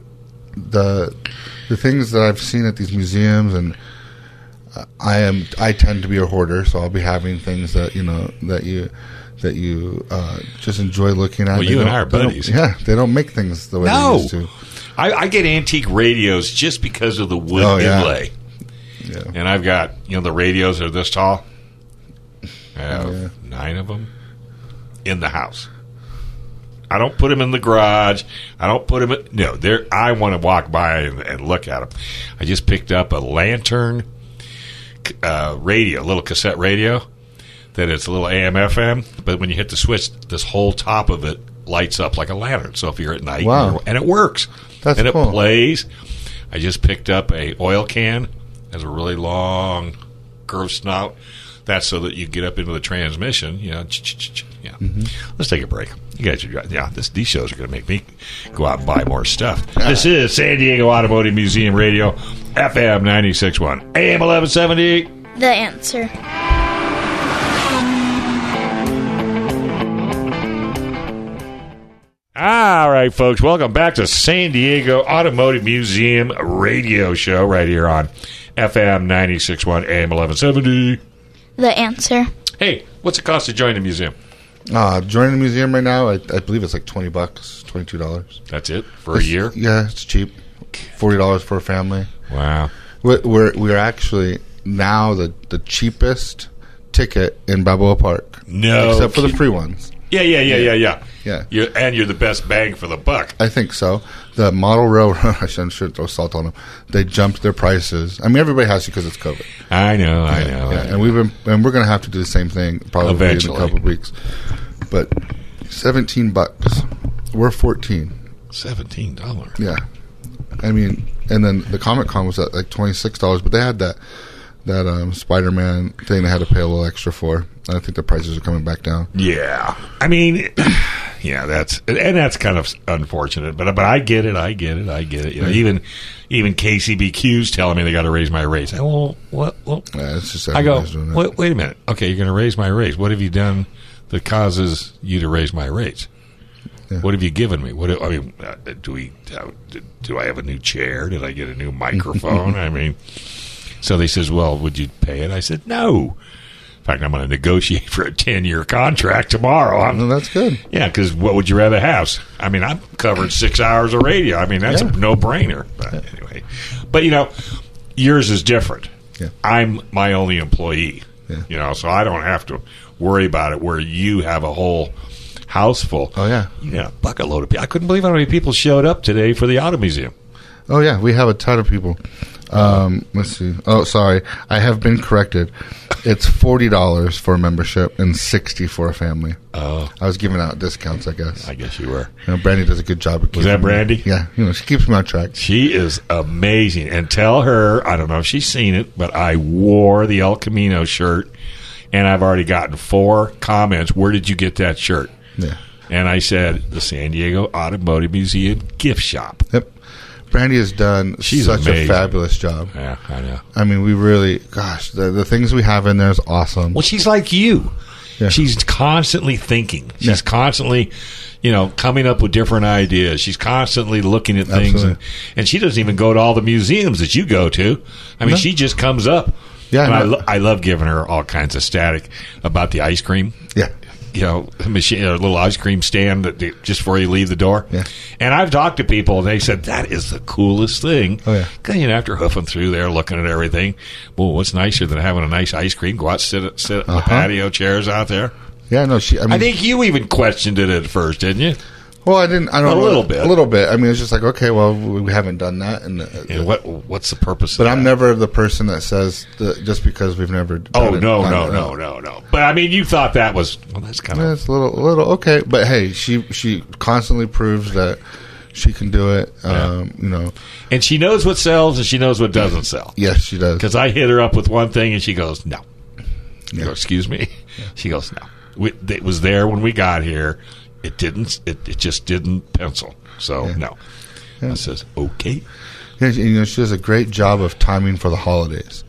Speaker 4: the the things that I've seen at these museums, and uh, I am I tend to be a hoarder, so I'll be having things that you know that you that you uh, just enjoy looking at.
Speaker 3: Well, you
Speaker 4: They
Speaker 3: and
Speaker 4: don't-
Speaker 3: I are
Speaker 4: they don't-
Speaker 3: buddies.
Speaker 4: Yeah, they don't make things the way
Speaker 3: No.
Speaker 4: they used to.
Speaker 3: I, I get antique radios just because of the wood
Speaker 4: Oh, yeah.
Speaker 3: inlay.
Speaker 4: Yeah.
Speaker 3: And I've got, you know, the radios are this tall. I have
Speaker 4: Yeah.
Speaker 3: nine of them in the house. I don't put them in the garage. I don't put them. In, no, there. I want to walk by and, and look at them. I just picked up a lantern c- uh, radio, little cassette radio. That it's a little AM/FM, but when you hit the switch, this whole top of it lights up like a lantern. So if you're at night,
Speaker 4: Wow.
Speaker 3: you're- and it works,
Speaker 4: That's
Speaker 3: and
Speaker 4: cool.
Speaker 3: it plays. I just picked up a oil can. It has a really long gross snout. That's so that you get up into the transmission. You know, ch-ch-ch-ch, yeah.
Speaker 4: Mm-hmm.
Speaker 3: Let's take a break. You guys are dri- yeah. This, these shows are going to make me go out and buy more stuff. this is San Diego Automotive Museum Radio, FM 96.1, AM eleven seventy.
Speaker 5: The answer.
Speaker 3: All right, folks, welcome back to San Diego Automotive Museum Radio Show right here on FM 96.1 AM 1170.
Speaker 5: The answer.
Speaker 3: Hey, what's it cost to join the museum?
Speaker 4: Uh, joining the museum right now, I, I believe it's like twenty bucks, twenty two dollars
Speaker 3: That's it for a year?
Speaker 4: Yeah, it's cheap. Forty dollars for a family.
Speaker 3: Wow.
Speaker 4: We're, we're we're actually now the the cheapest ticket in Balboa Park.
Speaker 3: No
Speaker 4: except for the
Speaker 3: kidding.
Speaker 4: free ones.
Speaker 3: Yeah, yeah, yeah, yeah, yeah.
Speaker 4: Yeah.
Speaker 3: You're, and you're the best bang for the buck.
Speaker 4: I think so. The model railroad. I shouldn't should throw salt on them. They jumped their prices. I mean, everybody has to because it's COVID.
Speaker 3: I know, I know.
Speaker 4: Yeah, and we've been and we're going to have to do the same thing probably
Speaker 3: Oh, Eventually.
Speaker 4: in a couple of weeks. But seventeen bucks. We're fourteen.
Speaker 3: $17.
Speaker 4: Yeah, I mean, and then the Comic Con was at like twenty six dollars, but they had that that um, Spider Man thing they had to pay a little extra for. And I think the prices are coming back down.
Speaker 3: Yeah. I mean, yeah, that's and that's kind of unfortunate, but but I get it, I get it, I get it. You know, even even KCBQ's telling me they got to raise my rates. I, well, what, what?
Speaker 4: Yeah, it's just
Speaker 3: I go.
Speaker 4: everybody's doing that.
Speaker 3: Wait, wait a minute. Okay, you're going to raise my rates. What have you done that causes you to raise my rates? What have you given me? What I mean, uh, do we? Uh, do- do I have a new chair? Did I get a new microphone? I mean, so they says, "Well, would you pay it?" I said, "No." In fact, I'm going to negotiate for a ten year contract tomorrow. I'm,
Speaker 4: Well, that's good.
Speaker 3: yeah, because what would you rather have? I mean, I'm covered six hours of radio. I mean, that's
Speaker 4: Yeah.
Speaker 3: a no brainer. But anyway, but you know, yours is different.
Speaker 4: Yeah.
Speaker 3: I'm my only employee.
Speaker 4: Yeah.
Speaker 3: You know, so I don't have to worry about it. Where you have a whole house full.
Speaker 4: Oh yeah,
Speaker 3: You know, a bucket load of people. I couldn't believe how many people showed up today for the auto museum.
Speaker 4: oh yeah. We have a ton of people. Um, let's see. Oh, sorry, I have been corrected. It's forty dollars for a membership and sixty for a family.
Speaker 3: Oh,
Speaker 4: I was giving out discounts, I guess.
Speaker 3: I guess you were.
Speaker 4: You know, Brandy does a good job. Of
Speaker 3: Was that
Speaker 4: keeping me-
Speaker 3: Brandy?
Speaker 4: Yeah, you know, she keeps me on track.
Speaker 3: She is amazing. And tell her, I don't know if she's seen it, but I wore the El Camino shirt and I've already gotten four comments. Where did you get that shirt?
Speaker 4: Yeah.
Speaker 3: And I said, the San Diego Automotive Museum gift shop.
Speaker 4: Yep. Brandy has done
Speaker 3: She's
Speaker 4: such
Speaker 3: amazing.
Speaker 4: a fabulous job.
Speaker 3: Yeah, I know.
Speaker 4: I mean, we really, gosh, the, the things we have in there is awesome.
Speaker 3: Well, she's like you.
Speaker 4: Yeah.
Speaker 3: She's constantly thinking. She's
Speaker 4: Yeah.
Speaker 3: constantly, you know, coming up with different ideas. She's constantly looking at things, and,
Speaker 4: Absolutely.
Speaker 3: and she doesn't even go to all the museums that you go to. I mean,
Speaker 4: No.
Speaker 3: she just comes up.
Speaker 4: Yeah,
Speaker 3: and
Speaker 4: I
Speaker 3: I,
Speaker 4: know.
Speaker 3: lo- I love giving her all kinds of static about the ice cream.
Speaker 4: Yeah.
Speaker 3: You know, a machine, a little ice cream stand that they, just before you leave the door.
Speaker 4: Yeah.
Speaker 3: And I've talked to people, and they said that is the coolest thing.
Speaker 4: Oh, yeah.
Speaker 3: 'Cause, you know, after hoofing through there, looking at everything, well, what's nicer than having a nice ice cream? Go out, sit, sit on the
Speaker 4: Uh-huh.
Speaker 3: patio chairs out there.
Speaker 4: Yeah, no, she, I mean,
Speaker 3: I think you even questioned it at first, didn't you?
Speaker 4: well, I didn't, I don't
Speaker 3: A
Speaker 4: know.
Speaker 3: little bit.
Speaker 4: A little bit. I mean, it's just like, okay, well, we we haven't done that. And, uh,
Speaker 3: And what what's the purpose?
Speaker 4: but
Speaker 3: of
Speaker 4: I'm
Speaker 3: that?
Speaker 4: never the person that says that just because we've never done
Speaker 3: Oh
Speaker 4: it,
Speaker 3: no
Speaker 4: done
Speaker 3: no
Speaker 4: it.
Speaker 3: no no no! But I mean, you thought that was well. That's kind
Speaker 4: Yeah,
Speaker 3: of
Speaker 4: it's a little, a little okay, but hey, she she constantly proves that she can do it. Um, You know,
Speaker 3: and she knows what sells and she knows what doesn't sell.
Speaker 4: yes, she does.
Speaker 3: Because I hit her up with one thing and she goes no. I
Speaker 4: Yeah.
Speaker 3: go, excuse me. She goes no. We, it was there when we got here. It didn't. It, it just didn't pencil. So no. I says okay.
Speaker 4: Yeah, she- you know, she does a great job of timing for the holidays.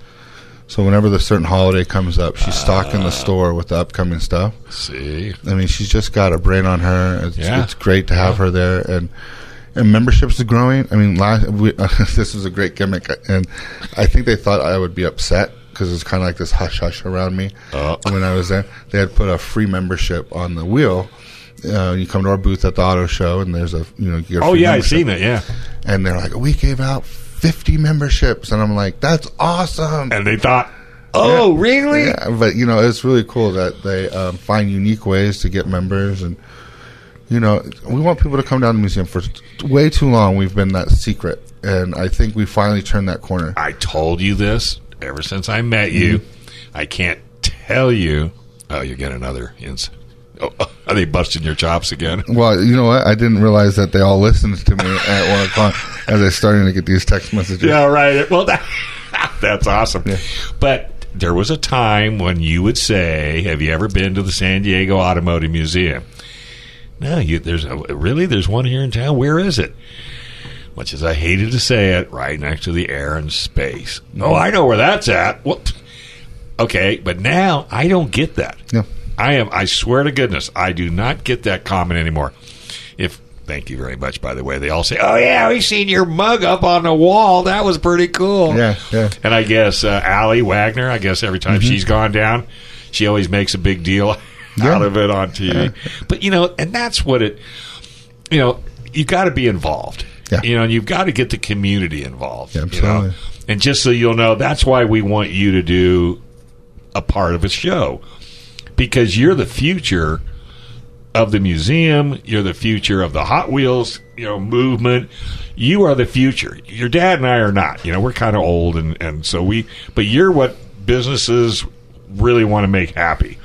Speaker 4: So whenever the certain holiday comes up, she's stocking
Speaker 3: Ah.
Speaker 4: the store with the upcoming stuff.
Speaker 3: See.
Speaker 4: I mean, she's just got a brain on her. It's,
Speaker 3: Yeah.
Speaker 4: it's great to have her there, and and memberships are growing. I mean, last we, this was a great gimmick, and I think they thought I would be upset because it's kind of like this hush hush around me
Speaker 3: Oh.
Speaker 4: when I was there. They had put a free membership on the wheel. Uh, you come to our booth at the auto show, and there's a you know. You get a
Speaker 3: Oh
Speaker 4: free
Speaker 3: yeah, I've
Speaker 4: membership
Speaker 3: seen it. Yeah.
Speaker 4: and they're like, we gave out 50 memberships. And I'm like, that's awesome.
Speaker 3: And they thought, oh really?
Speaker 4: Yeah, but, you know, it's really cool that they um, find unique ways to get members. And, you know, we want people to come down to the museum for way too long. We've been that secret. And I think we finally turned that corner.
Speaker 3: I told you this ever since I met you. I can't tell you. Oh, you get another ins. Oh, are they busting your chops again?
Speaker 4: Well, you know what? I didn't realize that they all listened to me at 1 o'clock as I started to get these text messages.
Speaker 3: Yeah, right. Well, that, that's awesome. But there was a time when you would say, "Have you ever been to the San Diego Automotive Museum?" No, you, there's a, really there's one here in town. Where is it? Much as I hated to say it, right next to the Air and Space. Oh, I know where that's at. Well, okay, but now I don't get that.
Speaker 4: Yeah.
Speaker 3: I am. I swear to goodness, I do not get that comment anymore. If thank you very much, by the way, they all say, "Oh yeah, we seen your mug up on the wall. That was pretty cool."
Speaker 4: Yeah, yeah.
Speaker 3: And I guess uh, Allie Wagner. I guess every
Speaker 4: Mm-hmm.
Speaker 3: time she's gone down, she always makes a big deal out of it on TV. But you know, and that's what it. You know, you got to be involved.
Speaker 4: Yeah.
Speaker 3: You know, and you've got to get the community involved.
Speaker 4: Yeah,
Speaker 3: you know?
Speaker 4: absolutely.
Speaker 3: And just so you'll know, that's why we want you to do a part of a show because you're the future of the museum. You're the future of the Hot Wheels, you know, movement. You are the future. Your dad and I are not. You know, we're kind of old, and and so we. But you're what businesses really want to make happy.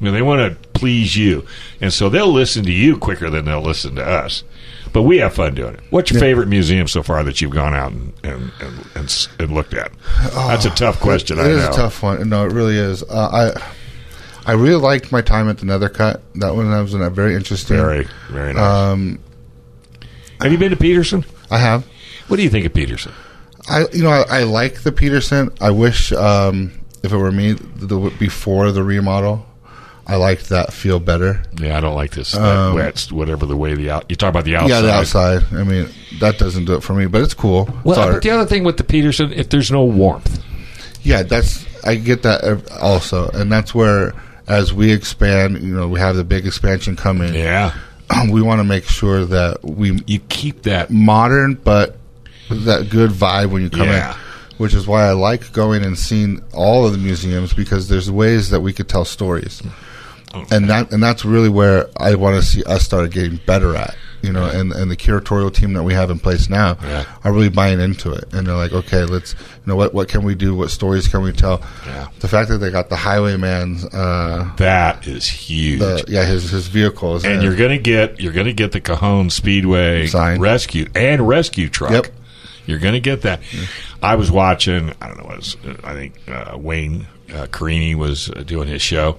Speaker 3: You know, they want to please you, and so they'll listen to you quicker than they'll listen to us. But we have fun doing it. What's your favorite museum so far that you've gone out and and, and, and, s- and looked at? That's a tough question.
Speaker 4: Ah, It
Speaker 3: I
Speaker 4: is
Speaker 3: know.
Speaker 4: a tough one. No, it really is. Uh, I I really liked my time at the Nethercut. That one that was uh, very interesting.
Speaker 3: Very, very nice.
Speaker 4: Um,
Speaker 3: Have you been to Peterson?
Speaker 4: I have.
Speaker 3: What do you think of Peterson?
Speaker 4: I you know I, I like the Peterson. I wish um, if it were me the, before the remodel, I liked that feel better.
Speaker 3: Yeah, I don't like this. that wet, whatever the way the out. You talk about the outside.
Speaker 4: Um, Yeah, the outside. I mean, that doesn't do it for me, but it's cool.
Speaker 3: Well,
Speaker 4: Sorry.
Speaker 3: but the other thing with the Peterson, if there's no warmth,
Speaker 4: yeah, that's I get that uh, also, and that's where as we expand, you know, we have the big expansion coming.
Speaker 3: yeah,
Speaker 4: we want to make sure that we
Speaker 3: you keep that.
Speaker 4: modern, but that good vibe when you come
Speaker 3: Yeah.
Speaker 4: in. Which is why I like going and seeing all of the museums because there's ways that we could tell stories, and that and that's really where I want to see us start getting better at. You know, and, and the curatorial team that we have in place now
Speaker 3: Yeah.
Speaker 4: are really buying into it, and they're like, okay, let's you know what what can we do, what stories can we tell?
Speaker 3: Yeah.
Speaker 4: The fact that they got the Highwayman's, uh,
Speaker 3: That is huge.
Speaker 4: the, yeah, his his vehicles,
Speaker 3: and you're gonna get you're gonna get the Cajon Speedway
Speaker 4: Sign.
Speaker 3: rescue and rescue truck.
Speaker 4: Yep.
Speaker 3: You're gonna get that. I was watching. I don't know. It was I think uh, Wayne uh, Carini was uh, doing his show.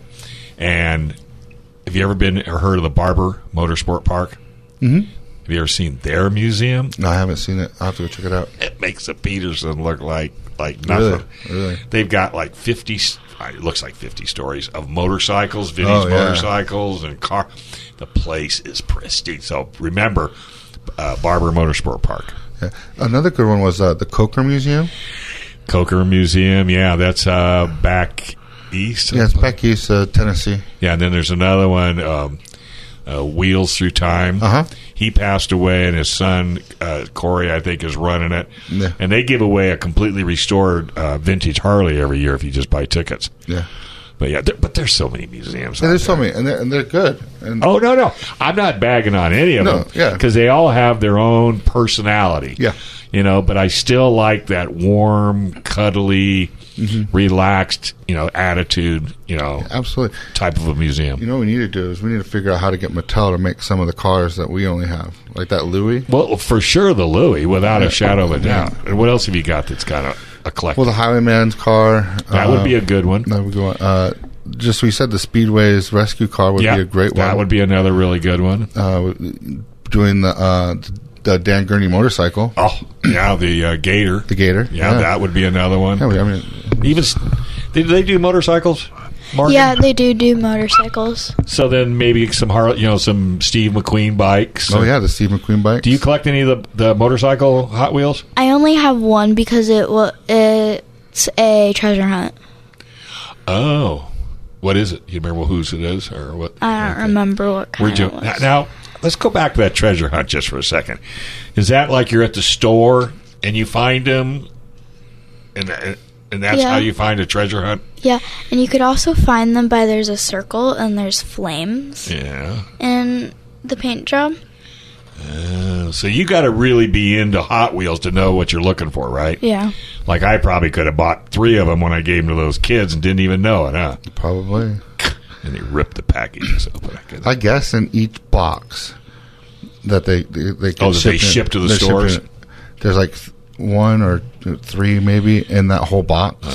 Speaker 3: And have you ever been or heard of the Barber Motorsport Park? Mm-hmm. Have you ever seen their museum?
Speaker 4: no, I haven't seen it. I will have to go check it out.
Speaker 3: it makes the Peterson look like like
Speaker 4: Really?
Speaker 3: nothing.
Speaker 4: Really?
Speaker 3: They've got like fifty. s- uh, It looks like fifty stories of motorcycles, Vinny's
Speaker 4: Oh, yeah.
Speaker 3: motorcycles, and car. The place is pristine. So remember, uh, Barber Motorsport Park,
Speaker 4: Yeah. Another good one was uh, the Coker Museum.
Speaker 3: Coker Museum. Yeah, that's uh, back east.
Speaker 4: Yeah, it's back east, uh, Tennessee.
Speaker 3: Yeah, and then there's another one, um, uh, Wheels Through Time.
Speaker 4: Uh-huh.
Speaker 3: He passed away, and his son uh, Corey, I think, is running it.
Speaker 4: Yeah.
Speaker 3: And they give away a completely restored uh, vintage Harley every year if you just buy tickets.
Speaker 4: Yeah,
Speaker 3: But yeah, there, but there's so many museums. out
Speaker 4: and there's
Speaker 3: there.
Speaker 4: so many, and they're, and they're good. And
Speaker 3: Oh no, no, I'm not bagging on any of
Speaker 4: No,
Speaker 3: them.
Speaker 4: yeah.
Speaker 3: because they all have their own personality.
Speaker 4: Yeah.
Speaker 3: you know, but I still like that warm, cuddly,
Speaker 4: Mm-hmm.
Speaker 3: relaxed, you know, attitude, you know,
Speaker 4: absolutely,
Speaker 3: type of a museum.
Speaker 4: you know what we need to do is we need to figure out how to get Mattel to make some of the cars that we only have, like that Louis.
Speaker 3: Well, for sure, the Louis, without a shadow of a doubt. And what else have you got that's kind of eclectic?
Speaker 4: Well, the Highwayman's car. uh,
Speaker 3: that would be a good one.
Speaker 4: That would go on. Uh, just we said the Speedway's rescue car would
Speaker 3: yeah,
Speaker 4: be a great one.
Speaker 3: That would be another really good one.
Speaker 4: uh, doing the uh, the Dan Gurney motorcycle,
Speaker 3: oh, yeah, the uh, Gator.
Speaker 4: the Gator.
Speaker 3: yeah, that would be another one.
Speaker 4: Yeah, we- I mean, oh,
Speaker 3: Even s- did they do motorcycles? Martin?
Speaker 5: Yeah, they do do motorcycles.
Speaker 3: So then maybe some Harley, you know, some Steve McQueen bikes.
Speaker 4: oh yeah, the Steve McQueen bike.
Speaker 3: Do you collect any of the, the motorcycle Hot Wheels?
Speaker 5: I only have one because it wa it's a treasure hunt.
Speaker 3: Oh, what is it? You remember whose it is or what?
Speaker 5: I don't
Speaker 3: Okay.
Speaker 5: remember what kind
Speaker 3: We're doing now,
Speaker 5: it was.
Speaker 3: now, Let's go back to that treasure hunt just for a second. Is that like you're at the store and you find them, and and that's
Speaker 5: Yeah.
Speaker 3: how you find a treasure hunt?
Speaker 5: Yeah, and you could also find them by there's a circle and there's flames
Speaker 3: Yeah.
Speaker 5: in the paint job.
Speaker 3: So you got to really be into Hot Wheels to know what you're looking for, right?
Speaker 5: Yeah.
Speaker 3: Like I probably could have bought three of them when I gave them to those kids and didn't even know it, huh?
Speaker 4: probably?
Speaker 3: And they ripped the packages
Speaker 4: Oh
Speaker 3: open. I could-
Speaker 4: I guess in each box that they they, they can
Speaker 3: Oh, that they
Speaker 4: in-
Speaker 3: ship to the
Speaker 4: they're shipping
Speaker 3: stores?
Speaker 4: it. There's like one or three maybe in that whole box. There